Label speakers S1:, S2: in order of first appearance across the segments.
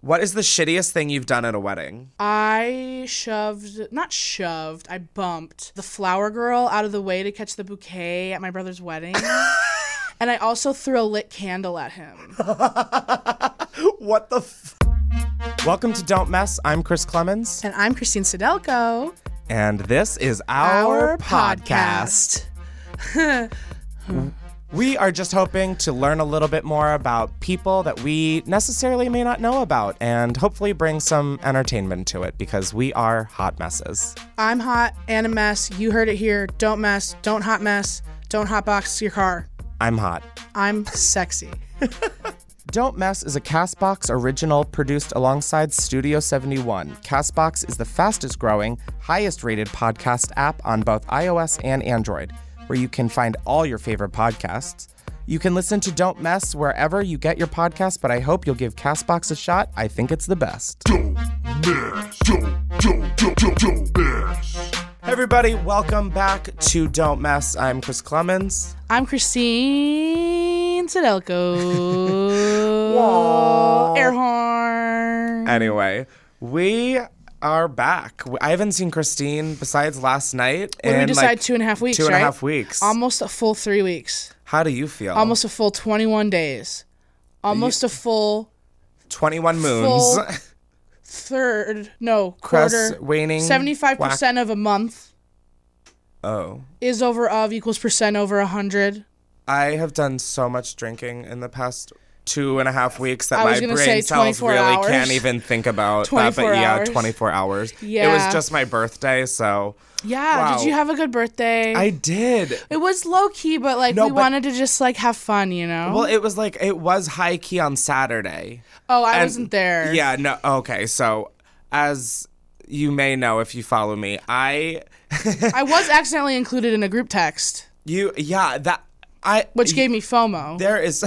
S1: What is the shittiest thing you've done at a wedding?
S2: I shoved, not shoved, I bumped the flower girl out of the way to catch the bouquet at my brother's wedding. and I also threw a lit candle at him.
S1: What the f? Welcome to Don't Mess. I'm Chris Clemens,
S2: And I'm Christine Sedelko.
S1: and this is our,
S2: Our
S1: podcast.
S2: podcast.
S1: we are just hoping to learn a little bit more about people that we necessarily may not know about and hopefully bring some entertainment to it because we are hot messes.
S2: I'm hot and a mess. You heard it here. Don't mess. Don't hot mess. Don't hot box your car.
S1: I'm hot.
S2: I'm sexy.
S1: Don't Mess is a Castbox original produced alongside Studio 71. Castbox is the fastest growing, highest rated podcast app on both iOS and Android, where you can find all your favorite podcasts. You can listen to Don't Mess wherever you get your podcast, but I hope you'll give Castbox a shot. I think it's the best. Hey everybody, welcome back to Don't Mess. I'm Chris Clemens.
S2: I'm Christine Sedelko. Air horn.
S1: Anyway, we are back. I haven't seen Christine besides last night.
S2: When we
S1: in,
S2: decide
S1: like,
S2: two and a half weeks,
S1: two and a
S2: right?
S1: half weeks. Oh.
S2: Almost a full three weeks.
S1: How do you feel?
S2: Almost a full 21 days. Almost a full
S1: 21 moons.
S2: full third, no,
S1: Crest
S2: quarter.
S1: waning
S2: 75% of a month
S1: oh.
S2: is over of equals percent over 100.
S1: I have done so much drinking in the past two and a half weeks that
S2: I
S1: my
S2: was
S1: brain
S2: gonna say
S1: cells
S2: 24
S1: really
S2: hours.
S1: can't even think about that. But
S2: 24
S1: yeah,
S2: hours.
S1: 24 hours. It
S2: Yeah.
S1: was just my birthday, so
S2: Yeah.
S1: Wow.
S2: Did you have a good birthday?
S1: I did.
S2: it was low key, but like
S1: No,
S2: we
S1: but-
S2: wanted to just like have fun, you know?
S1: Well, it was like, it was high key on Saturday.
S2: oh, I
S1: And-
S2: wasn't there.
S1: Yeah, no. Okay, so as you may know if you follow me, I.
S2: I was accidentally included in a group text,
S1: You. Yeah, that. I.
S2: which gave me FOMO.
S1: There is,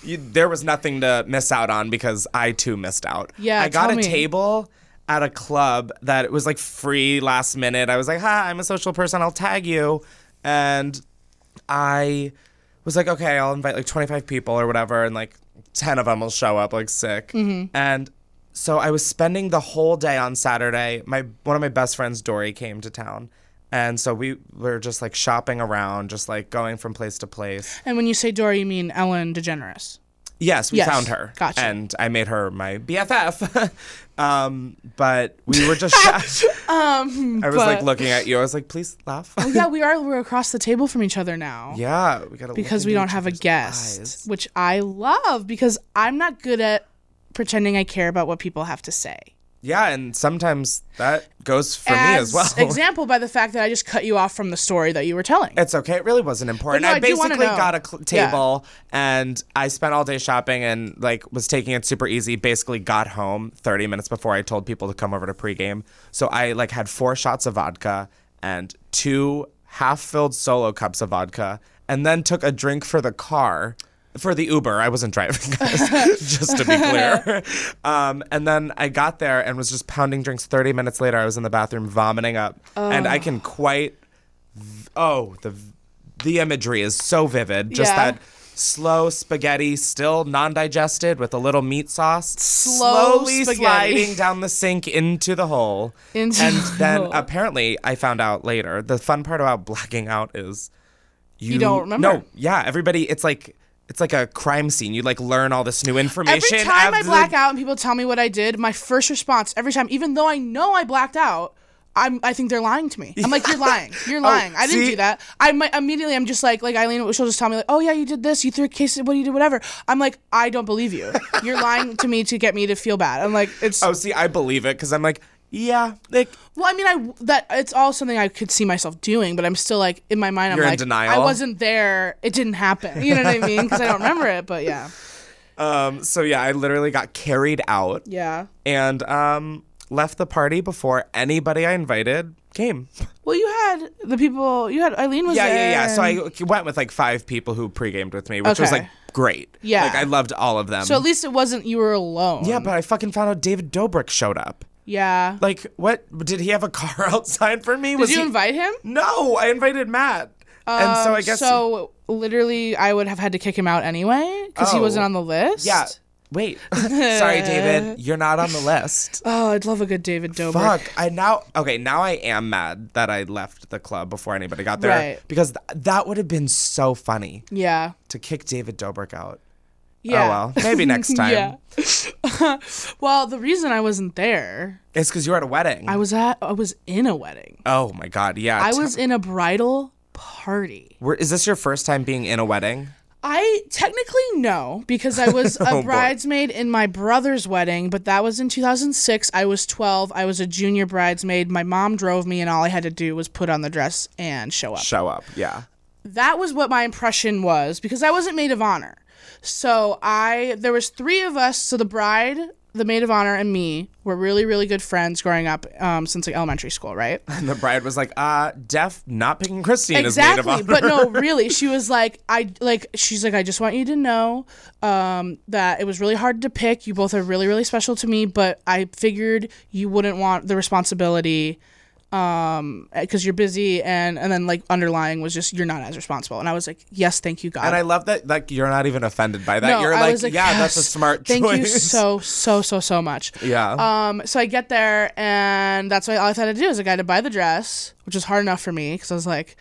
S1: you, there was nothing to miss out on because I too missed out.
S2: Yeah,
S1: I got a
S2: tell me.
S1: table at a club that it was like free last minute. I was like, "Hi, I'm a social person. I'll tag you," and I was like, "Okay, I'll invite like 25 people or whatever, and like 10 of them will show up, like sick."
S2: Mm-hmm.
S1: And so I was spending the whole day on Saturday. My one of my best friends, Dory, came to town. And so we were just like shopping around, just like going from place to place.
S2: and when you say Dory, you mean Ellen DeGeneres.
S1: Yes, we
S2: Yes,
S1: found her.
S2: gotcha.
S1: And I made her my BFF. um, but we were just. um, I was like
S2: but-
S1: looking at you. I was like, please laugh.
S2: yeah, we are. We're across the table from each other now.
S1: yeah, we gotta.
S2: because we don't have a guest, which I love because I'm not good at pretending I care about what people have to say.
S1: Yeah, and sometimes that goes for me as well.
S2: Example by the fact that I just cut you off from the story that you were telling.
S1: It's okay. It really wasn't important.
S2: But no,
S1: I
S2: I do wanna
S1: basically
S2: know.
S1: got a cl-
S2: Yeah.
S1: table and I spent all day shopping and like was taking it super easy. Basically got home 30 minutes before I told people to come over to pregame. So I like had four shots of vodka and two half-filled solo cups of vodka and then took a drink for the car. For the Uber, I wasn't driving, guys, just to be clear. Um, and then I got there and was just pounding drinks. 30 minutes later, I was in the bathroom vomiting up. And I can quite oh the the imagery is so vivid just
S2: Yeah.
S1: that slow spaghetti still non-digested with a little meat sauce
S2: Slow
S1: slowly
S2: spaghetti.
S1: sliding down the sink into the hole
S2: Into
S1: and
S2: the
S1: then
S2: hole.
S1: apparently i found out later the fun part about blacking out is you,
S2: don't remember.
S1: no yeah everybody it's like it's like a crime scene you like learn all this new information
S2: every time I
S1: of the-
S2: black out and people tell me what I did, my first response every time, even though I know I blacked out, I'm, I think they're lying to me. I'm like, you're lying. You're lying. I didn't
S1: Oh, see?
S2: do that. I might immediately. I'm just like, like Eileen. She'll just tell me like, oh yeah, you did this. You threw a case. What you did, whatever. I'm like, I don't believe you. You're lying to me to get me to feel bad. I'm like, it's.
S1: oh see i believe it because i'm like yeah like
S2: Well, I mean, I that it's all something I could see myself doing, but I'm still like in my mind, I'm
S1: You're in
S2: like,
S1: denial?
S2: I wasn't there. It didn't happen. You know what I mean? Because I don't remember it. But yeah,
S1: Um, so yeah, I literally got carried out
S2: Yeah.
S1: and um, left the party before anybody I invited came.
S2: Well, you had the people. You had Eileen was
S1: Yeah,
S2: there.
S1: yeah, yeah. So
S2: and-
S1: I went with like five people who pre-gamed with me, which was
S2: Okay.
S1: like great.
S2: Yeah.
S1: like I loved all of them.
S2: So at least it wasn't you were alone.
S1: yeah, but I fucking found out David Dobrik showed up.
S2: yeah.
S1: Like, what did he have a car outside for me?
S2: Did
S1: Was
S2: you
S1: he-
S2: invite him?
S1: No, I invited Matt. and so I guess
S2: So literally, I would have had to kick him out anyway because he
S1: Oh.
S2: wasn't on the list.
S1: yeah. Wait, sorry, David, you're not on the list.
S2: Oh, I'd love a good David Dobrik.
S1: Fuck, I now okay. Now I am mad that I left the club before anybody got there
S2: Right.
S1: because th- that would have been so funny
S2: Yeah.
S1: to kick David Dobrik out.
S2: Yeah.
S1: Oh well, maybe next time.
S2: Yeah. well, the reason I wasn't there,
S1: It's because you were at a wedding.
S2: I was at, I was in a wedding.
S1: oh my god, yeah.
S2: I
S1: T-
S2: was in a bridal party.
S1: Were- is this your first time being in a wedding?
S2: I technically no, because I was a
S1: boy.
S2: bridesmaid in my brother's wedding, but that was in 2006. I was 12. I was a junior bridesmaid. My mom drove me, and all I had to do was put on the dress and show up.
S1: Show up, yeah.
S2: that was what my impression was because I wasn't maid of honor. So I there was three of us. So the bride, the maid of honor, and me were really really good friends growing up um, since like elementary school, right?
S1: And the bride was like, "Uh, deaf, not picking Christine as maid
S2: exactly
S1: of honor."
S2: but no really she was like i like she's like i just want you to know um, that it was really hard to pick you both are really really special to me but i figured you wouldn't want the responsibility because you're busy and and then like underlying was just you're not as responsible and i was like yes thank you god
S1: And I love that, like, you're not even offended by that. you're
S2: I
S1: like,
S2: was
S1: yeah, that's a
S2: "Yes,
S1: smart
S2: Thank
S1: choice.
S2: you so so so so much.
S1: Yeah.
S2: Um. So I get there, and that's why all I had to do is like, I had to buy the dress, which was hard enough for me because I was like,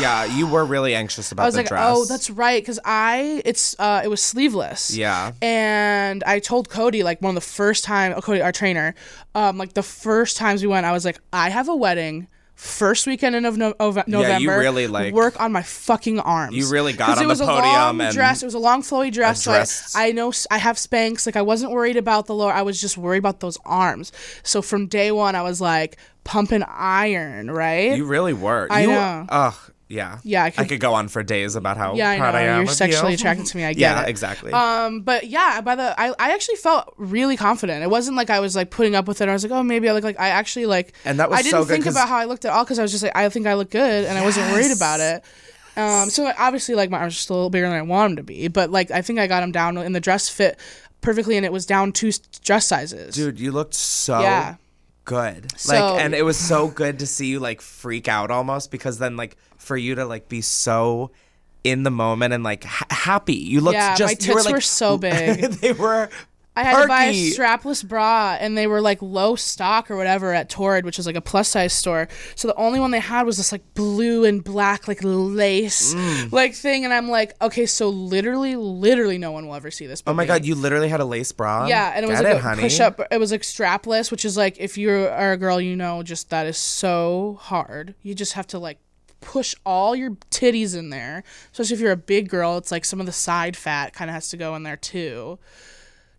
S1: yeah, you were really anxious about
S2: I was
S1: the
S2: like,
S1: dress.
S2: oh, that's right, because I it's uh it was sleeveless.
S1: Yeah.
S2: And I told Cody like one of the first time oh, Cody our trainer, um like the first times we went, I was like, I have a wedding. First weekend in of, no- of November,
S1: really, like-
S2: work on my fucking arms.
S1: You really got
S2: 'Cause
S1: on
S2: it
S1: the
S2: was a
S1: podium
S2: long
S1: and-
S2: dress. It was a long flowy dress. so I-
S1: Addressed.
S2: I know s- I have spanks. Like I wasn't worried about the lower. I was just worried about those arms. So from day one, I was like pumping iron, right?
S1: You really were.
S2: I
S1: you,
S2: know.
S1: Ugh. Yeah.
S2: Yeah, I
S1: I could,
S2: could-
S1: go on for days about how
S2: yeah, I
S1: proud
S2: know.
S1: I am. of
S2: You're sexually
S1: you.
S2: attracted to me. I get
S1: yeah,
S2: it.
S1: exactly.
S2: Um, but yeah, by the I, I actually felt really confident. It wasn't like I was like putting up with it. I was like, oh, maybe I look like I actually like.
S1: And that was
S2: I didn't
S1: so good
S2: think
S1: 'cause-
S2: about how I looked at all because I was just like, I think I look good, and I wasn't worried about it. Um, so like, obviously, like my arms are still a little bigger than I want them to be, but like I think I got them down, and the dress fit perfectly, and it was down two s- dress sizes.
S1: Dude, you looked so
S2: Yeah.
S1: good.
S2: So-
S1: like and it was so good to see you like freak out almost because then like for you to like be so in the moment and like ha- happy. You looked
S2: Yeah, my
S1: just you were,
S2: tits
S1: like-
S2: were so big.
S1: they were
S2: I had to buy a
S1: perky.
S2: strapless bra, and they were like low stock or whatever at Torrid, which is like a plus size store. So the only one they had was this like blue and black like lace
S1: Mm.
S2: like thing, and I'm like, okay, so literally, literally, no one will ever see this.
S1: Oh my god, you literally had a lace bra. on?
S2: Yeah, and it was
S1: Get
S2: like
S1: it,
S2: a
S1: honey.
S2: push up. It was like strapless, which is like if you are a girl, you know, just that is so hard. You just have to like push all your titties in there. Especially if you're a big girl, it's like some of the side fat kind of has to go in there too.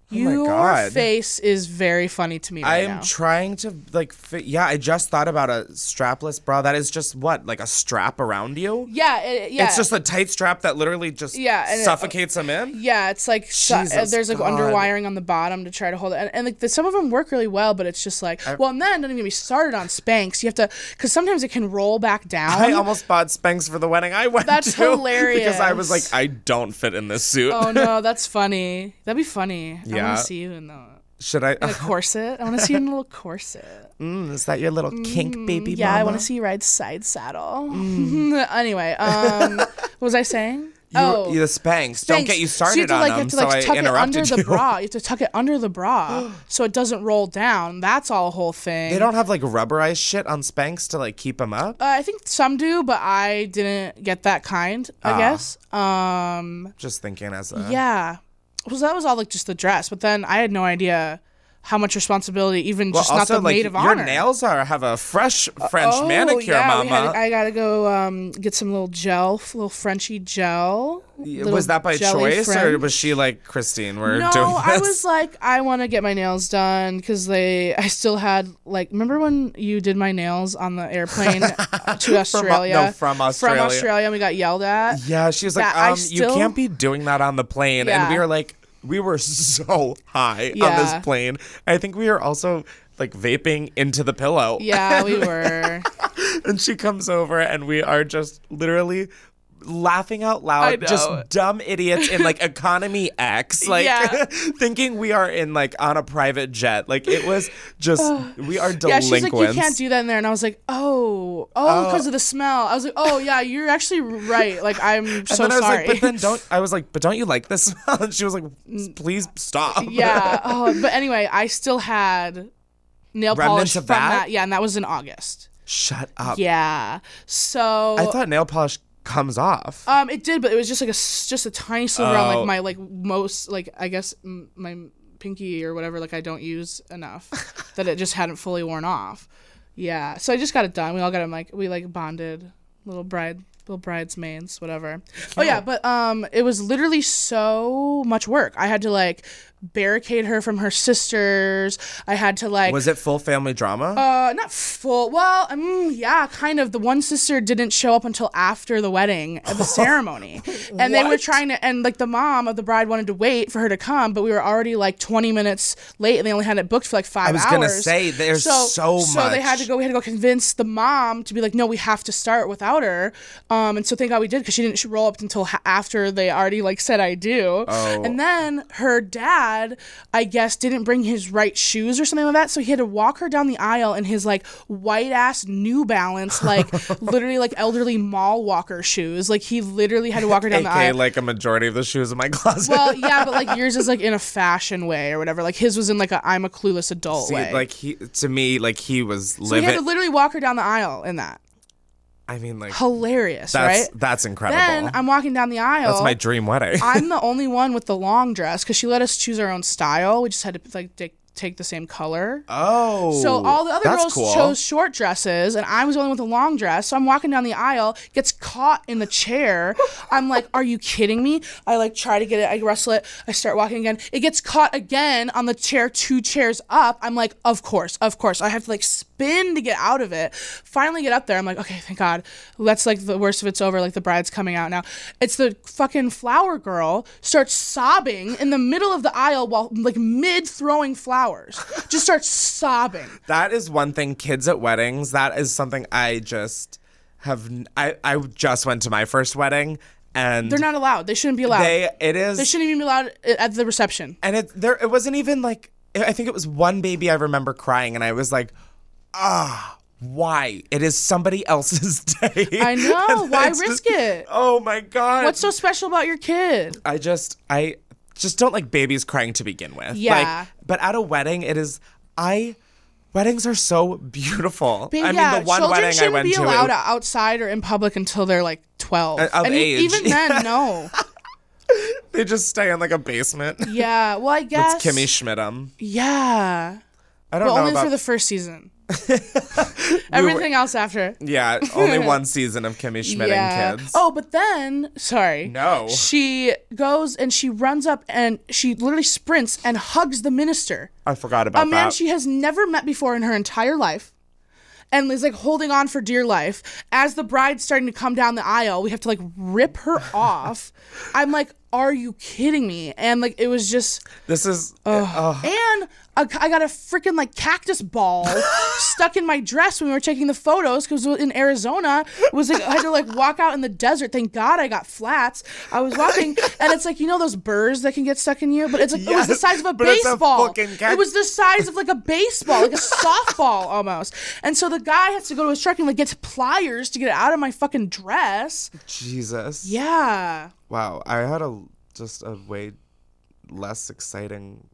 S1: Oh my
S2: your
S1: God.
S2: face is very funny to me
S1: I
S2: right
S1: am
S2: now.
S1: trying to like fit. Yeah, I just thought about a strapless bra. That is just what like a strap around you.
S2: yeah, it, yeah.
S1: It's just a tight strap that literally just
S2: Yeah, and it- uh,
S1: suffocates them in.
S2: yeah, it's like su- uh,
S1: Jesus
S2: there's like
S1: God.
S2: underwiring on the bottom to try to hold it, and, and like the, some of them work really well, but it's just like well, and then don't even get me started on Spanx. You have to because sometimes it can roll back down.
S1: I almost bought Spanx for the wedding I went
S2: That's
S1: to
S2: hilarious.
S1: because I was like, I don't fit in this suit.
S2: Oh no, that's funny. That'd be funny. I
S1: Yeah.
S2: want to see you in the
S1: Should I? "Oh,
S2: in a corset. I want to see you in a little corset.
S1: is that your little kink, baby?
S2: mm, Yeah, I want
S1: mama? Mm.
S2: to see you ride side saddle. anyway, um, what was I saying?
S1: You were- you- the Spanx. Don't
S2: Oh. Spanx.
S1: get you
S2: So you
S1: started
S2: have to, like,
S1: on them.
S2: you have to, like,
S1: so I
S2: tuck it
S1: interrupted
S2: under
S1: you.
S2: the bra. You have to tuck it under the bra so it doesn't roll down. That's all a whole thing.
S1: They don't have like rubberized shit on Spanx to like keep them up.
S2: Uh, I think some do, but I didn't get that kind. I
S1: Ah.
S2: guess. Um,
S1: Just thinking as a
S2: Yeah. Well, so that was all like just the dress, but then I had no idea how much responsibility, even
S1: Well,
S2: just
S1: also
S2: not the
S1: like
S2: maid of
S1: your
S2: honor.
S1: nails are have a fresh French
S2: Oh,
S1: manicure,
S2: yeah, we
S1: mama.
S2: had to- I gotta go um, get some little gel, f- little Frenchy gel. little
S1: was that by
S2: jelly
S1: choice or
S2: French.
S1: was she like Christine? We're
S2: no,
S1: doing this.
S2: I was like, I want to get my nails done because they. I still had like, remember when you did my nails on the airplane to Australia?
S1: uh, no, from
S2: From
S1: Australia.
S2: Australia, and we got yelled at.
S1: yeah, she was like,
S2: that I
S1: um, you
S2: still-
S1: can't be doing that on the plane,
S2: Yeah.
S1: and we were like, we were so high on
S2: Yeah.
S1: this plane. I think we were also like vaping into the pillow.
S2: Yeah, we were.
S1: And she comes over and we are just literally laughing out loud, just
S3: know.
S1: dumb idiots in like economy X, like
S2: Yeah.
S1: thinking we are in like on a private jet. Like it was just we are
S2: yeah,
S1: delinquents.
S2: she's like, you can't do that in there, and I was like, oh, oh, because of the smell. I was like, oh yeah, you're actually right. Like I'm
S1: and
S2: so
S1: then I was
S2: sorry.
S1: like, but then don't I was like, but don't you like this smell? And she was like, please stop.
S2: Mm. yeah. Oh, but anyway, I still had nail
S1: Remnants
S2: polish
S1: of
S2: from
S1: that?
S2: that? Yeah, and that was in August.
S1: Shut up.
S2: Yeah. So
S1: I thought nail polish comes off.
S2: um, it did, but it was just like a s- just a tiny sliver on
S1: Oh.
S2: like my like most like I guess m- my pinky or whatever like I don't use enough that it just hadn't fully worn off. Yeah. So I just got it done. We all got it like we like bonded little bride little bridesmaids whatever. Oh yeah, but um it was literally so much work. I had to like barricade her from her sisters. I had to like
S1: was it full family drama?
S2: uh, not full. Well, um, yeah, kind of. The one sister didn't show up until after the wedding, of the ceremony, and they were trying to. And like the mom of the bride wanted to wait for her to come, but we were already like twenty minutes late, and they only had it booked for like five.
S1: I was
S2: hours.
S1: gonna say, there's so
S2: So they had
S1: much.
S2: to go. We had to go convince the mom to be like, no, we have to start without her. Um, and so thank God we did because she didn't roll up until ha- after they already like said I do. Oh. And then her dad, I guess, didn't bring his right shoes or something like that, so he had to walk her down the aisle in his like white ass New Balance, like literally like elderly mall walker shoes. Like he literally had to walk her down the
S1: AKA
S2: aisle.
S1: like a majority of the shoes in my closet.
S2: well, yeah, but like yours is like in a fashion way or whatever. Like his was in like a I'm a clueless adult
S1: See,
S2: way.
S1: like he to me, like he was
S2: so he
S1: living.
S2: had to literally walk her down the aisle in that.
S1: I mean, like
S2: hilarious,
S1: that's
S2: right?
S1: that's incredible.
S2: Then I'm walking down the aisle.
S1: that's my dream wedding.
S2: I'm the only one with the long dress because she let us choose our own style. We just had to like take, take the same color.
S1: oh,
S2: so all the other
S1: that's
S2: girls
S1: cool.
S2: chose short dresses, and I was the only one with a long dress. So I'm walking down the aisle, gets caught in the chair. I'm like, "Are you kidding me?" I like try to get it, I wrestle it, I start walking again. It gets caught again on the chair, two chairs up. I'm like, "Of course, of course." I have to like spin to get out of it. Finally, get up there. I'm like, "Okay, thank God." Let's like the worst of it's over. Like the bride's coming out now. It's the fucking flower girl starts sobbing in the middle of the aisle while like mid throwing flowers, just starts sobbing.
S1: That is one thing. Kids at weddings. That is something I just have. n- I I just went to my first wedding, and
S2: They're not allowed. They shouldn't be allowed.
S1: They
S2: They,
S1: it is.
S2: shouldn't even be allowed i- at the reception.
S1: and it there it wasn't even like I think it was one baby I remember crying and I was like ah why it is somebody else's day
S2: I know.
S1: And
S2: Why
S1: it's
S2: risk
S1: just-
S2: it?
S1: oh my god
S2: What's so special about your kid?
S1: I just I just don't like babies crying to begin with
S2: Yeah.
S1: like but at a wedding it is I weddings are so beautiful
S2: But
S1: I
S2: yeah,
S1: mean the one
S2: children
S1: wedding I
S2: shouldn't
S1: went
S2: be
S1: to
S2: allowed
S1: it,
S2: outside or in public until they're like twelve.
S1: Uh, of
S2: and e-
S1: age.
S2: even then, no.
S1: they just stay in like a basement It's
S2: Yeah. Well, I guess.
S1: Kimmy Schmidtum
S2: Yeah.
S1: I don't
S2: But
S1: know
S2: only
S1: about
S2: for the first season. Everything else after.
S1: yeah only one season of Kimmy Schmidtum kids
S2: Oh, but then, sorry.
S1: No.
S2: She goes and she runs up and she literally sprints and hugs the minister.
S1: I forgot about
S2: a man
S1: that
S2: she has never met before in her entire life and is like holding on for dear life as the bride's starting to come down the aisle we have to like rip her off i'm like are you kidding me and like it was just
S1: this is oh,
S2: and a, i got a freaking like cactus ball stuck in my dress when we were taking the photos because in arizona it was like i had to like walk out in the desert thank god i got flats i was walking and it's like you know those burrs that can get stuck in you but it's like it was the
S1: Yes,
S2: size of a
S1: but it's a
S2: baseball
S1: fucking
S2: it
S1: cact-
S2: was the size of like a baseball, like a softball almost. And so the guy has to go to his truck and like gets pliers to get it out of my fucking dress.
S1: Jesus.
S2: Yeah.
S1: Wow. I had a just a way less exciting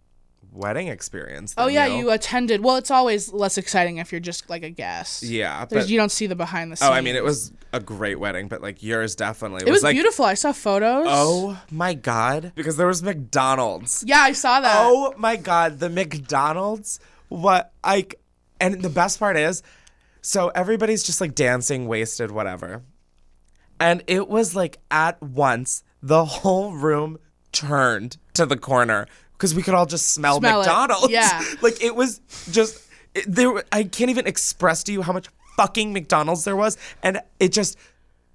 S1: wedding experience. Than
S2: Oh yeah,
S1: you.
S2: you attended. Well, it's always less exciting if you're just like a guest.
S1: Yeah,
S2: There's-
S1: but-
S2: you don't see the behind the scenes.
S1: oh, I mean, it was a great wedding, but like yours definitely
S2: It was
S1: like
S2: beautiful. I saw photos.
S1: Oh my god, because there was McDonald's.
S2: Yeah, I saw that.
S1: Oh my god, the McDonald's. What like, and the best part is, so everybody's just like dancing, wasted, whatever. And it was like at once the whole room turned to the corner because we could all just smell,
S2: Smell it.
S1: McDonald's.
S2: Yeah.
S1: like it was just it, there. were- I can't even express to you how much fucking McDonald's there was, and it just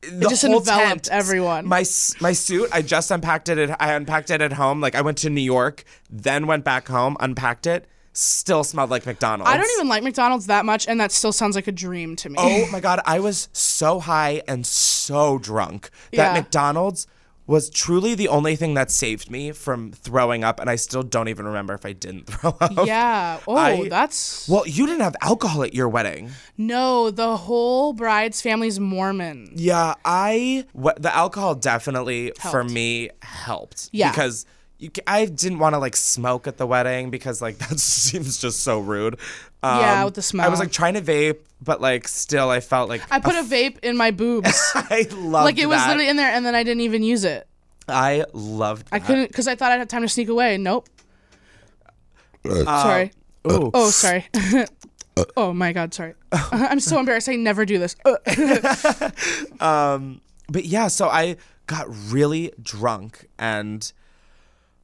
S1: the
S2: just
S1: whole
S2: enveloped
S1: tent,
S2: everyone.
S1: My s- my suit, I just unpacked it. At, I unpacked it at home. Like I went to New York, then went back home, unpacked it. Still smelled like McDonald's.
S2: I don't even like McDonald's that much, and that still sounds like a dream to me.
S1: Oh my god, I was so high and so drunk that
S2: Yeah.
S1: McDonald's was truly the only thing that saved me from throwing up, and I still don't even remember if I didn't throw up.
S2: yeah. Oh,
S1: I-
S2: that's
S1: Well, you didn't have alcohol at your wedding.
S2: no. The whole bride's family's Mormon.
S1: Yeah, I wh- the alcohol definitely for
S2: Helped.
S1: me helped.
S2: Yeah.
S1: because you, ca- I didn't want to like smoke at the wedding because like that seems just so rude. Um,
S2: Yeah, with the
S1: I was
S2: smoke.
S1: like trying to vape, but like still, I felt like
S2: I put a vape in my boobs.
S1: I loved
S2: like it was
S1: that.
S2: literally in there, and then I didn't even use it.
S1: I loved.
S2: I
S1: that.
S2: couldn't because I thought I'd have time to sneak away. Nope.
S1: Uh,
S2: sorry.
S1: Ooh.
S2: Oh, sorry.
S1: uh,
S2: oh my God, sorry. I'm so embarrassed. I never do this. Uh,
S1: But yeah, so I got really drunk and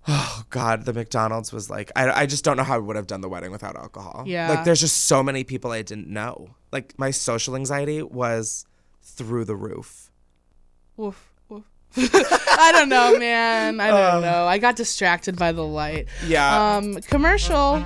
S1: oh god, the McDonald's was like I, I just don't know how I would have done the wedding without alcohol.
S2: Yeah.
S1: Like there's just so many people I didn't know. Like my social anxiety was through the roof.
S2: woof, woof. I don't know, man. I don't know. I got distracted by the light.
S1: Yeah.
S2: Um, commercial.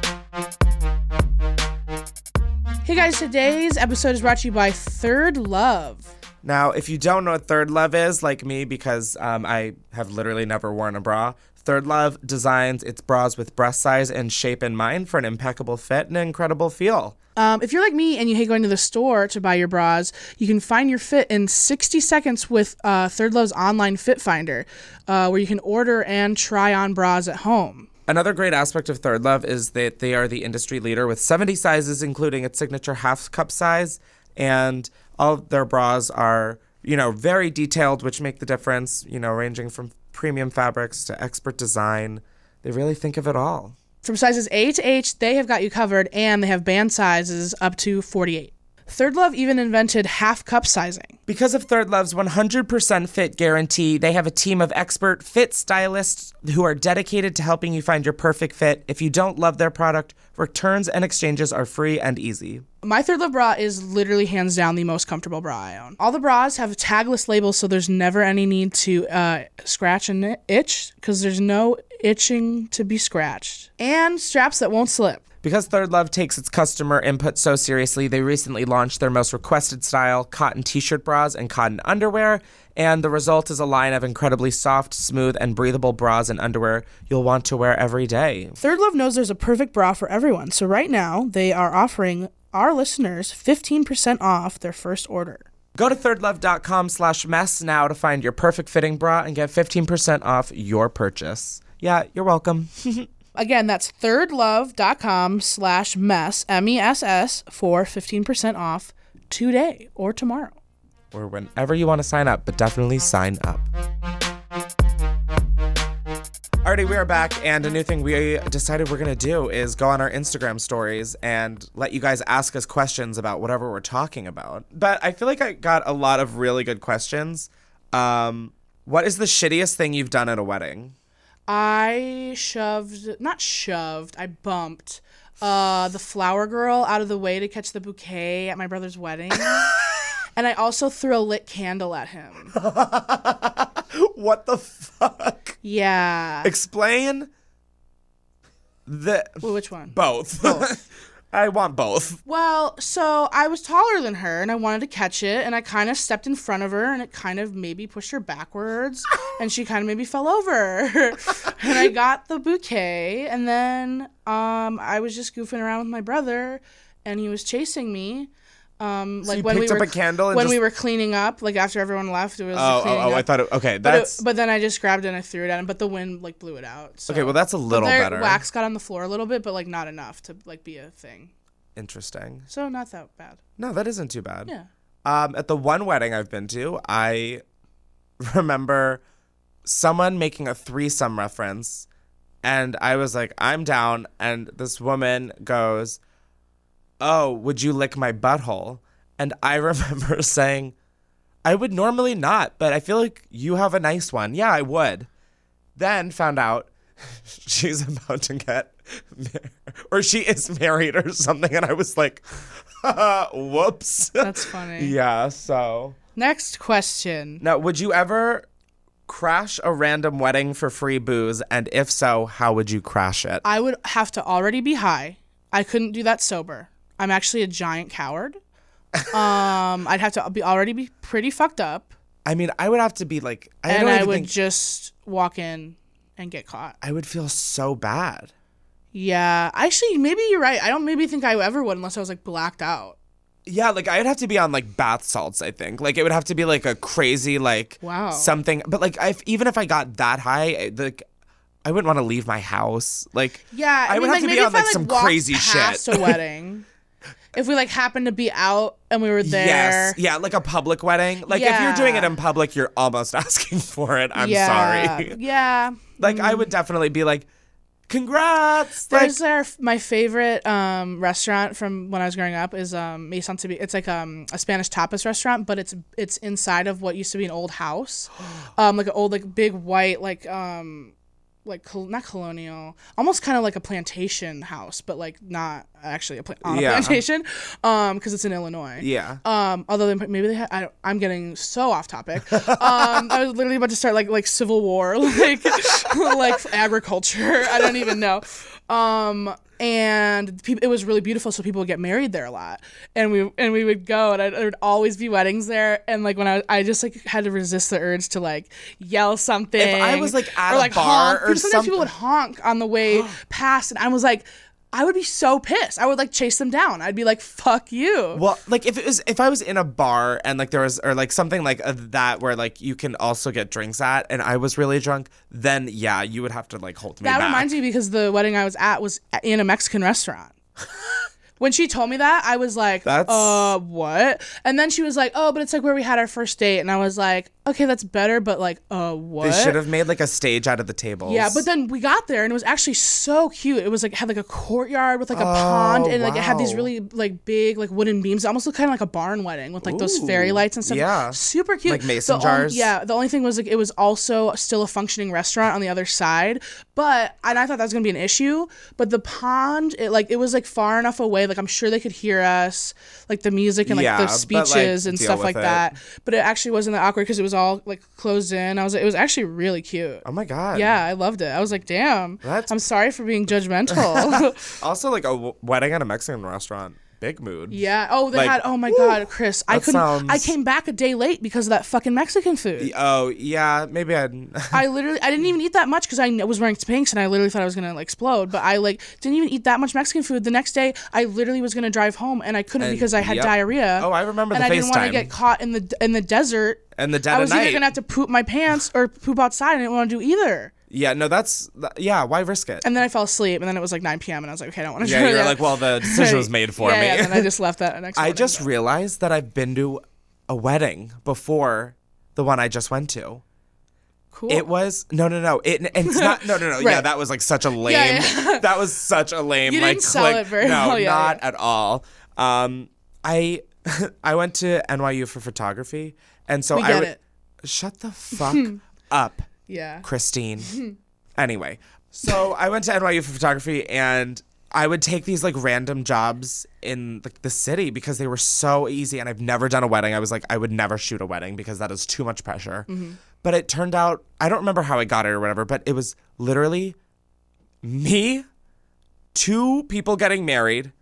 S2: Hey guys, today's episode is brought to you by Third Love.
S1: Now, if you don't know what Third Love is, like me, because um, I have literally never worn a bra, Third Love designs its bras with breast size and shape in mind for an impeccable fit and incredible feel.
S2: Um, if you're like me and you hate going to the store to buy your bras, you can find your fit in 60 seconds with uh, Third Love's online fit finder, uh, where you can order and try on bras at home.
S1: Another great aspect of Third Love is that they are the industry leader with 70 sizes, including its signature half cup size, and all of their bras are, you know, very detailed, which make the difference. You know, ranging from premium fabrics to expert design, they really think of it all.
S2: From sizes A to H, they have got you covered, and they have band sizes up to 48. Third Love even invented half cup sizing.
S1: Because of Third Love's 100% fit guarantee, they have a team of expert fit stylists who are dedicated to helping you find your perfect fit. If you don't love their product, returns and exchanges are free and easy.
S2: My Third Love bra is literally hands down the most comfortable bra I own. All the bras have tagless labels, so there's never any need to uh, scratch and itch because there's no itching to be scratched, and straps that won't slip.
S1: Because Third Love takes its customer input so seriously, they recently launched their most requested style cotton t shirt bras and cotton underwear. And the result is a line of incredibly soft, smooth, and breathable bras and underwear you'll want to wear every day.
S2: Third Love knows there's a perfect bra for everyone, so right now they are offering our listeners 15% off their first order.
S1: Go to thirdlove.com slash mess now to find your perfect fitting bra and get 15% off your purchase. Yeah, you're welcome.
S2: Again, that's thirdlove.com slash mess, M-E-S-S, for 15% off today or tomorrow.
S1: or whenever you want to sign up, but definitely sign up. Alrighty, we are back, and a new thing we decided we're gonna do is go on our Instagram stories and let you guys ask us questions about whatever we're talking about. But I feel like I got a lot of really good questions. Um, what is the shittiest thing you've done at a wedding?
S2: I shoved, not shoved, I bumped uh, the flower girl out of the way to catch the bouquet at my brother's wedding. and I also threw a lit candle at him.
S1: What the fuck?
S2: Yeah.
S1: Explain the
S2: Well, which one?
S1: both. I want both.
S2: Well, so I was taller than her and I wanted to catch it and I kind of stepped in front of her and it kind of maybe pushed her backwards and she kind of maybe fell over. and I got the bouquet and then um I was just goofing around with my brother and he was chasing me. Um like
S1: you
S2: when we
S1: picked up
S2: were
S1: a candle and
S2: when we
S1: just-
S2: were cleaning up, like after everyone left, it was
S1: Oh,
S2: cleaning
S1: oh, oh I
S2: up.
S1: thought. It, okay,
S2: But, it-
S1: that's
S2: but then I just grabbed it and I threw it at him, but the wind like blew it out. So.
S1: Okay, well that's a
S2: But
S1: little
S2: their
S1: better.
S2: Wax got on the floor a little bit, but like not enough to like be a thing.
S1: Interesting.
S2: So not that bad.
S1: No, that isn't too bad.
S2: Yeah.
S1: Um, at the one wedding I've been to, I remember someone making a threesome reference, and I was like, "I'm down." And this woman goes, "Oh, would you lick my butthole?" And I remember saying, "I would normally not, but I feel like you have a nice one. Yeah, I would." Then found out she's about to get mar- or she is married or something, and I was like, "Whoops."
S2: That's funny.
S1: Yeah, so
S2: Next question.
S1: Now, would you ever crash a random wedding for free booze? And if so, how would you crash it?
S2: I would have to already be high. I couldn't do that sober. I'm actually a giant coward. Um, I'd have to be already be pretty fucked up,
S1: I mean, I would have to be like, I
S2: and
S1: don't
S2: I
S1: even
S2: would
S1: think
S2: just walk in and get caught.
S1: I would feel so bad.
S2: Yeah, actually, maybe you're right. I don't maybe think I ever would unless I was like blacked out.
S1: Yeah, like I would have to be on like bath salts. I think like it would have to be like a crazy like
S2: Wow.
S1: something. But like I even if I got that high, I- like I wouldn't want to leave my house. Like
S2: Yeah,
S1: I, would
S2: mean,
S1: have to
S2: maybe
S1: be on
S2: if I,
S1: like, some
S2: walked
S1: crazy
S2: past
S1: shit.
S2: a wedding. if we like happened to be out and we were there.
S1: Yes, yeah, like a public wedding. Like if you're doing it in public, you're almost asking for it. I'm
S2: yeah,
S1: sorry.
S2: Yeah.
S1: Like I would definitely be like, "Congrats!" Like
S2: There's our my favorite um, restaurant from when I was growing up is um, Maison to be. It's like um, a Spanish tapas restaurant, but it's it's inside of what used to be an old house, um, like an old like big white like um, like col- not colonial, almost kind of like a plantation house, but like not actually a pla- on a
S1: Yeah.
S2: plantation, um, because it's in Illinois.
S1: yeah,
S2: Um, although they, maybe they had, I don't, I'm getting so off topic. Um, I was literally about to start like like civil war, like like agriculture. I don't even know. Um, and peop it was really beautiful, so people would get married there a lot, and we and we would go, and I, there would always be weddings there. And like when I I just like had to resist the urge to like yell something.
S1: was, like, at
S2: or,
S1: a
S2: like,
S1: bar
S2: honk.
S1: or
S2: Because sometimes people
S1: something-
S2: would honk on the way past, and I was like. I would be so pissed. I would like chase them down. I'd be like, "Fuck you."
S1: Well, like if it was if I was in a bar and like there was or like something like of that where like you can also get drinks at and I was really drunk, then yeah, you would have to like hold me
S2: That
S1: back.
S2: reminds me because the wedding I was at was in a Mexican restaurant. when she told me that, I was like,
S1: That's-
S2: uh, what? And then she was like, oh, but it's like where we had our first date. And I was like, okay, that's better, but like, uh,
S1: They
S2: what?
S1: should have made like a stage out of the tables.
S2: yeah, but then we got there and it was actually so cute. It was like had like a courtyard with like a pond and like it had these
S1: Oh, wow.
S2: really like big like wooden beams. It almost looked kind of like a barn wedding with like those fairy lights and stuff.
S1: yeah.
S2: super cute.
S1: Like mason
S2: The on-
S1: jars?
S2: yeah, the only thing was like it was also still a functioning restaurant on the other side, but and I thought that was gonna be an issue. But the pond, it like it was like far enough away, like I'm sure they could hear us, like the music and like
S1: Yeah,
S2: the
S1: but, like,
S2: speeches and
S1: deal
S2: stuff
S1: with
S2: like
S1: it.
S2: that. But it actually wasn't that awkward because it was all like closed in. I was it was actually really cute.
S1: Oh my god.
S2: Yeah, I loved it. I was like, damn.
S1: That's-
S2: I'm sorry for being judgmental.
S1: Also like a w- wedding at a Mexican restaurant, big mood.
S2: yeah. Oh, they
S1: Like,
S2: had. Oh my
S1: woo,
S2: God, Chris. I
S1: that
S2: couldn't. I
S1: sounds-
S2: came back a day late because of that fucking Mexican food.
S1: Oh yeah, maybe I'd.
S2: I literally, I didn't even eat that much because I kn- was wearing pinks and I literally thought I was gonna like explode. But I like didn't even eat that much Mexican food. The next day, I literally was gonna drive home and I couldn't
S1: And-
S2: because I had
S1: yep.
S2: diarrhea.
S1: Oh, I remember
S2: And
S1: the
S2: I didn't want to
S1: FaceTime.
S2: get caught in the in the desert.
S1: And the dead
S2: I
S1: of
S2: was either
S1: night.
S2: gonna have to poop my pants or poop outside. I didn't want to do either.
S1: yeah, no, that's th- yeah. Why risk it?
S2: And then I fell asleep. And then it was like 9 p.m. and I was like, okay, I don't want to.
S1: yeah, you're like, well, the decision was made for
S2: yeah,
S1: me.
S2: Yeah, and then I just left that the next.
S1: I
S2: morning,
S1: just
S2: but-
S1: realized that I've been to a wedding before the one I just went to.
S2: cool.
S1: It was no, no, no. It, and it's not no, no, no. Yeah,
S2: Right.
S1: that was like such a lame.
S2: yeah.
S1: that was such a lame.
S2: You
S1: like,
S2: didn't sell
S1: click.
S2: it very
S1: no,
S2: well, yeah,
S1: not at all. Um, I I went to NYU for photography, and so
S2: We
S1: I
S2: get
S1: would-
S2: it.
S1: shut the fuck up,
S2: Yeah.
S1: Christine. anyway, so I went to NYU for photography, and I would take these like random jobs in like the city because they were so easy. And I've never done a wedding. I was like, I would never shoot a wedding because that is too much pressure. But it turned out I don't remember how I got it or whatever, but it was literally me, two people getting married,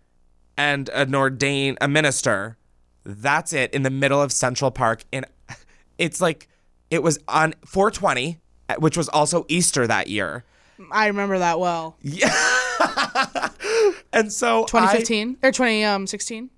S1: and an ordained a minister. That's it in the middle of Central Park, and it's like it was on 420, which was also Easter that year.
S2: I remember that well.
S1: And so I-
S2: 2015 or um, 2016.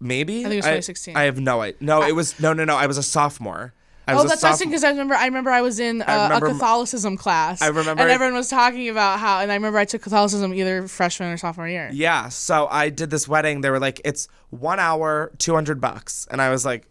S1: maybe
S2: I think it was 2016.
S1: I, have no idea. No, it was no, no, no. I was a sophomore. I was
S2: Oh,
S1: a
S2: that's what I was
S1: sophomore.
S2: because I remember. I remember I was in uh,
S1: remember
S2: a
S1: m-
S2: Catholicism class.
S1: I remember-
S2: and everyone was talking about how. And I remember I took Catholicism either freshman or sophomore year.
S1: Yeah. So I did this wedding. They were like, it's one hour, two hundred bucks, and I was like,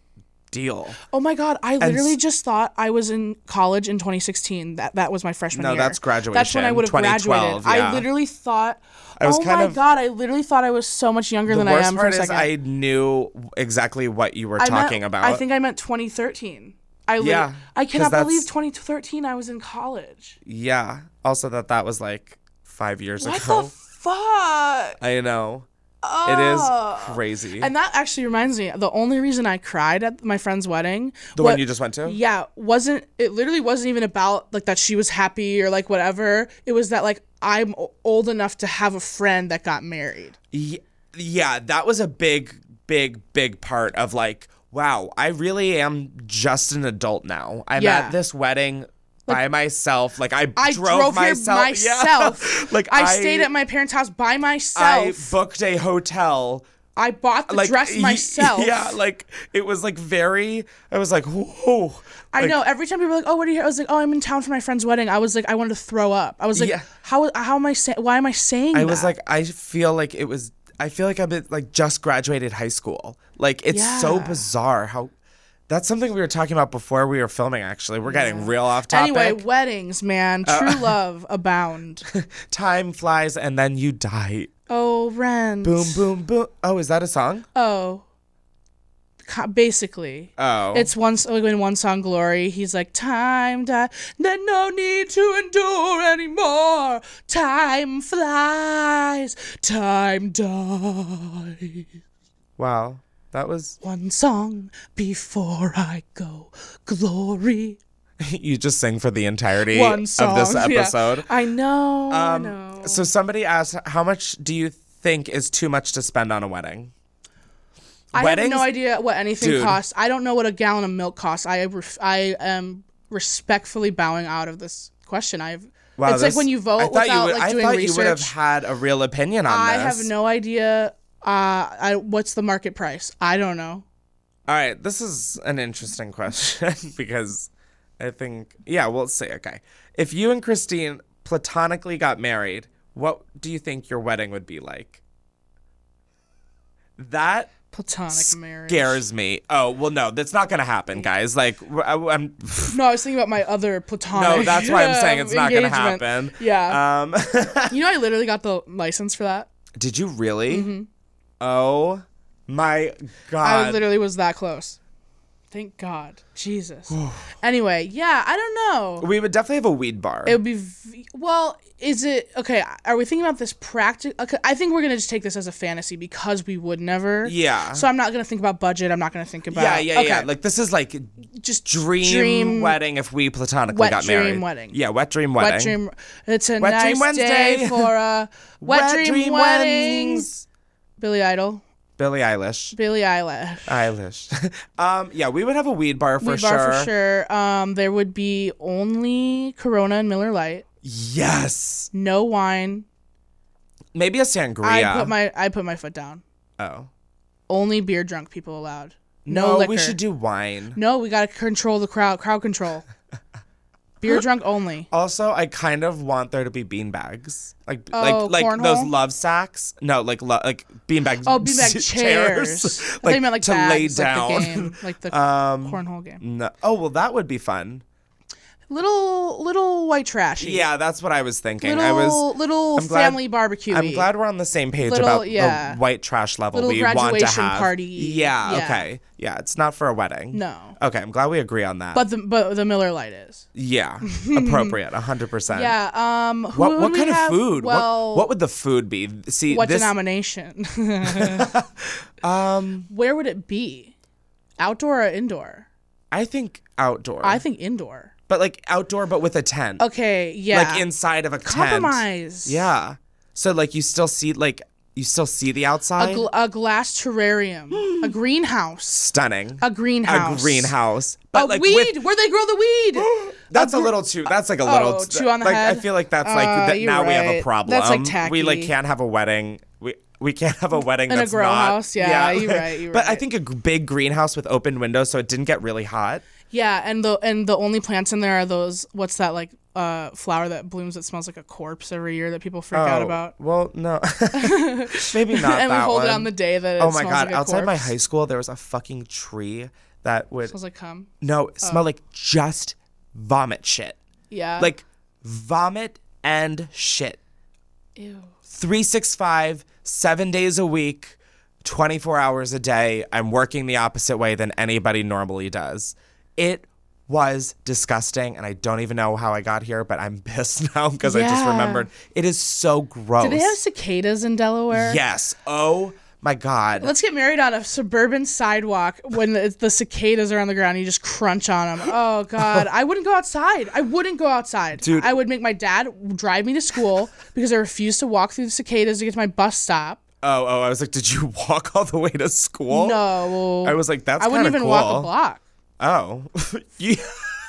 S1: deal.
S2: Oh my God! I literally
S1: s-
S2: just thought I was in college in 2016. That that was my freshman
S1: No,
S2: year.
S1: that's
S2: That's when I
S1: graduation,
S2: would have graduated.
S1: 2012,
S2: I
S1: yeah.
S2: literally thought.
S1: was
S2: oh
S1: kind
S2: my
S1: of-
S2: God! I literally thought I was so much younger
S1: The
S2: than I
S1: worst
S2: am
S1: part
S2: for a
S1: is
S2: second.
S1: I knew exactly what you were
S2: I meant-
S1: talking about.
S2: I think I meant 2013. I lit-
S1: Yeah,
S2: I
S1: 'cause
S2: cannot
S1: that's-
S2: believe 2013. I was in college.
S1: Yeah. Also, that that was like five years
S2: What
S1: ago.
S2: the fuck?
S1: I know. It is crazy.
S2: Oh. And that actually reminds me, the only reason I cried at my friend's wedding,
S1: The one you just went to?
S2: yeah, wasn't it? Literally wasn't even about like that she was happy or like whatever. It was that like I'm o- old enough to have a friend that got married.
S1: Ye- yeah, that was a big, big, big part of like, wow, I really am just an adult now. I'm
S2: Yeah.
S1: at this wedding by myself. Like I,
S2: I
S1: drove, myself.
S2: here
S1: Yeah.
S2: myself.
S1: like
S2: I, stayed at my parents' house by
S1: I
S2: myself. I,
S1: booked a hotel.
S2: bought the
S1: Like
S2: dress
S1: y-
S2: myself.
S1: Yeah, like it was like very. I was like, whoa.
S2: I
S1: Like,
S2: know. Every time people were like, "Oh, what are you?" here?" I was like, "Oh, I'm in town for my friend's wedding." I was like, I wanted to throw up. I was like,
S1: Yeah.
S2: "How? How am I? Say- why am I saying?"
S1: I was
S2: that?
S1: like, I feel like it was. I feel like I'm in- like just graduated high school. Like it's so
S2: Yeah.
S1: bizarre how. That's something we were talking about before we were filming. Actually, we're getting real off topic.
S2: Anyway, weddings, man,
S1: Uh,
S2: true love abound.
S1: time flies and then you die.
S2: Oh, Ren.
S1: Boom, boom, boom. Oh, is that a song?
S2: Oh. Co- Basically.
S1: Oh,
S2: It's one s- like in one song, "Glory." He's like, "Time die, then no need to endure anymore. Time flies, time dies."
S1: wow. That was
S2: One song before I go, "Glory."
S1: you just sing for the entirety
S2: One song
S1: of this
S2: yeah.
S1: episode.
S2: I know. I
S1: Um,
S2: know.
S1: So somebody asked, how much do you think is too much to spend on a wedding?
S2: I
S1: weddings-
S2: have no idea what anything
S1: Dude.
S2: costs. I don't know what a gallon of milk costs. I ref- I am respectfully bowing out of this question. I've
S1: Wow,
S2: it's
S1: this-
S2: like when you vote
S1: I thought
S2: without
S1: you would,
S2: like
S1: I
S2: doing
S1: thought you
S2: research.
S1: would have had a real opinion on
S2: I
S1: this.
S2: have no idea. Uh, I, what's the market price? I don't know.
S1: All right, this is an interesting question because I think yeah, we'll see. Okay, if you and Christine platonically got married, what do you think your wedding would be like? That
S2: Platonic marriage.
S1: scares me. Oh well, no, that's not gonna happen, guys. Like I, am
S2: No, I was thinking about my other platonic.
S1: no, that's why I'm saying it's
S2: um,
S1: not gonna
S2: engagement.
S1: happen.
S2: Yeah.
S1: Um,
S2: you know, I literally got the license for that.
S1: did you really? Oh my
S2: Mm-hmm. I
S1: god.
S2: literally was that close. Thank God, Jesus. anyway, yeah, I don't know.
S1: we would definitely have a weed bar.
S2: It would be v- well. Is it okay? Are we thinking about this practical? Okay, I think we're gonna just take this as a fantasy because we would never.
S1: Yeah.
S2: So I'm not gonna think about budget. I'm not gonna think about.
S1: yeah, yeah,
S2: okay.
S1: yeah. Like this is like
S2: just
S1: dream,
S2: dream
S1: wedding if we platonically
S2: Wet
S1: got
S2: dream
S1: married.
S2: wedding.
S1: Yeah, wet dream wedding.
S2: Wet dream. It's a
S1: Wet
S2: nice
S1: dream
S2: day
S1: Wednesday.
S2: for a wet, dream, weddings.
S1: weddings.
S2: Billy Idol.
S1: Billie Eilish.
S2: Billy Eilish.
S1: Eilish. um, yeah, we would have a weed bar for
S2: Weed
S1: sure.
S2: bar for sure. Um, there would be only Corona and Miller Lite.
S1: Yes.
S2: No wine.
S1: Maybe a sangria.
S2: I put my I put my foot down.
S1: oh.
S2: Only beer drunk people allowed. No,
S1: No,
S2: liquor.
S1: we should do wine.
S2: No, we gotta control the crowd. Crowd control. Beer drunk only.
S1: Also, I kind of want there to be bean bags, like
S2: Oh,
S1: like like those
S2: cornhole?
S1: love sacks. No, like lo- like bean bags.
S2: Oh, beanbag chairs. I thought you meant like
S1: to
S2: bags,
S1: lay down. Um,
S2: like the game, like the cornhole game.
S1: No. Oh well, that would be fun.
S2: Little little white trashy.
S1: Yeah, that's what I was thinking.
S2: Little
S1: I was
S2: little
S1: I'm glad-
S2: family barbecue.
S1: I'm glad we're on the same page
S2: Little-
S1: about
S2: yeah.
S1: the white trash level
S2: Little
S1: we want to
S2: graduation
S1: have.
S2: party.
S1: Yeah,
S2: Yeah.
S1: Okay. Yeah. It's not for a wedding.
S2: No.
S1: Okay. I'm glad we agree on that.
S2: But the but the Miller Light is.
S1: yeah, appropriate. hundred percent.
S2: Yeah. Um. Who
S1: What
S2: would
S1: what
S2: we
S1: kind
S2: have?
S1: of food? What-
S2: Well,
S1: what, would the food be? See
S2: what
S1: this.
S2: denomination?
S1: Um,
S2: Where would it be? Outdoor or indoor?
S1: I think outdoor.
S2: I think indoor.
S1: but like outdoor, but with a tent.
S2: Okay. Yeah.
S1: Like inside of a tent.
S2: Compromise.
S1: Yeah. So like you still see like you still see the
S2: A,
S1: outside.
S2: gl- a glass terrarium. a greenhouse.
S1: Stunning.
S2: A greenhouse.
S1: Hmm. A greenhouse. But
S2: a
S1: like
S2: weed.
S1: with
S2: Where they grow the weed.
S1: That's a, little too. That's like a little.
S2: oh,
S1: t-
S2: two on the
S1: like,
S2: head?
S1: I feel like that's like
S2: Uh,
S1: that
S2: you're
S1: now we have a
S2: right.
S1: problem.
S2: That's, like,
S1: We like
S2: tacky.
S1: can't have a wedding. We we can't have a wedding
S2: In a
S1: that's
S2: grow
S1: not-
S2: house, yeah, you're right, you're
S1: but I
S2: right.
S1: think a g- big greenhouse with open windows, so it didn't get really hot.
S2: yeah, and the and the only plants in there are those. What's that like? Uh, flower that blooms that smells like a corpse every year that people freak out
S1: Oh,
S2: about.
S1: Well, no, maybe not.
S2: and we
S1: that
S2: hold
S1: one.
S2: it on the day that. It
S1: Oh my
S2: smells
S1: god!
S2: Like a
S1: outside my
S2: corpse.
S1: high school, there was a fucking tree that would
S2: Smells like cum.
S1: no it smelled like just vomit shit,
S2: Yeah.
S1: like vomit and shit.
S2: Ew.
S1: 365, seven days a week, 24 hours a day. I'm working the opposite way than anybody normally does. It was disgusting, and I don't even know how I got here, but I'm pissed now because I just
S2: Yeah.
S1: remembered it is so gross.
S2: Do they have cicadas in Delaware?
S1: yes. Oh my god.
S2: Let's get married on a suburban sidewalk when the, the cicadas are on the ground. And you just crunch on them. Oh God, I wouldn't go outside. I wouldn't go outside.
S1: Dude.
S2: I would make my dad drive me to school because I refused to walk through the cicadas to get to my bus stop.
S1: oh, oh, I was like, did you walk all the way to school?
S2: No,
S1: Oh. I was like, that's
S2: I wouldn't
S1: kinda
S2: even walk
S1: cool.
S2: a block.
S1: Oh. you-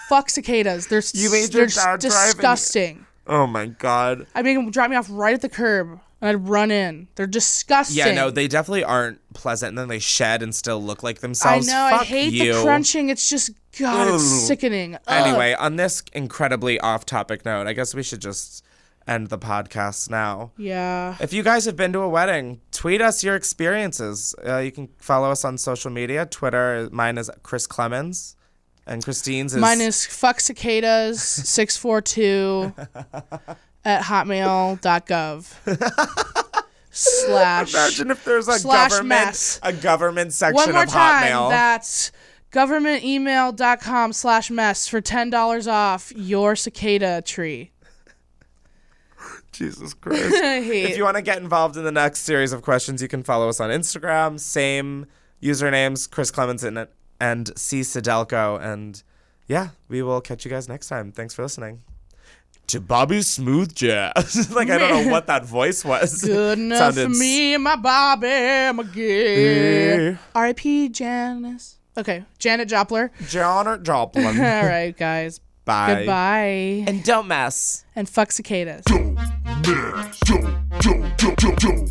S2: Fuck cicadas. They're
S1: You
S2: you
S1: made your
S2: they're
S1: dad drive and-
S2: disgusting.
S1: oh my god.
S2: I'd make him drop me off right at the curb, and I'd run in. They're disgusting.
S1: Yeah, no, they definitely aren't pleasant, and then they shed and still look like
S2: I
S1: themselves.
S2: know. I
S1: Fuck
S2: hate
S1: you.
S2: the crunching. It's just God.
S1: Ugh.
S2: It's sickening. Ugh.
S1: Anyway, on this incredibly off-topic note, I guess we should just end the podcast now.
S2: Yeah.
S1: If you guys have been to a wedding, tweet us your experiences. Uh, you can follow us on social media. Twitter, mine is Chris Clemens, and Christine's is
S2: Mine is fuck cicadas six four two at hotmail.gov slash
S1: Imagine if there's a
S2: slash
S1: government
S2: mess.
S1: a government section
S2: one more
S1: of
S2: time
S1: Hotmail.
S2: that's governmentemail.com slash mess for ten dollars off your cicada tree.
S1: Jesus Christ.
S2: I hate-
S1: if you want to get involved in the next series of questions, you can follow us on Instagram. Same usernames, Chris Clemens and, and C. Sidelko. And yeah, we will catch you guys next time. Thanks for listening. To Bobby's Smooth Jazz. like, I don't know what that voice was.
S2: Good enough
S1: Sounded
S2: for me and my Bobby McGee.
S1: Eh.
S2: R.I.P. Janice. Okay, Janet Joplin.
S1: John Joplin.
S2: All right, guys.
S1: Bye.
S2: Goodbye.
S1: And don't mess.
S2: And fuck cicadas.
S4: Don't mess. Don't, don't, don't, don't, don't.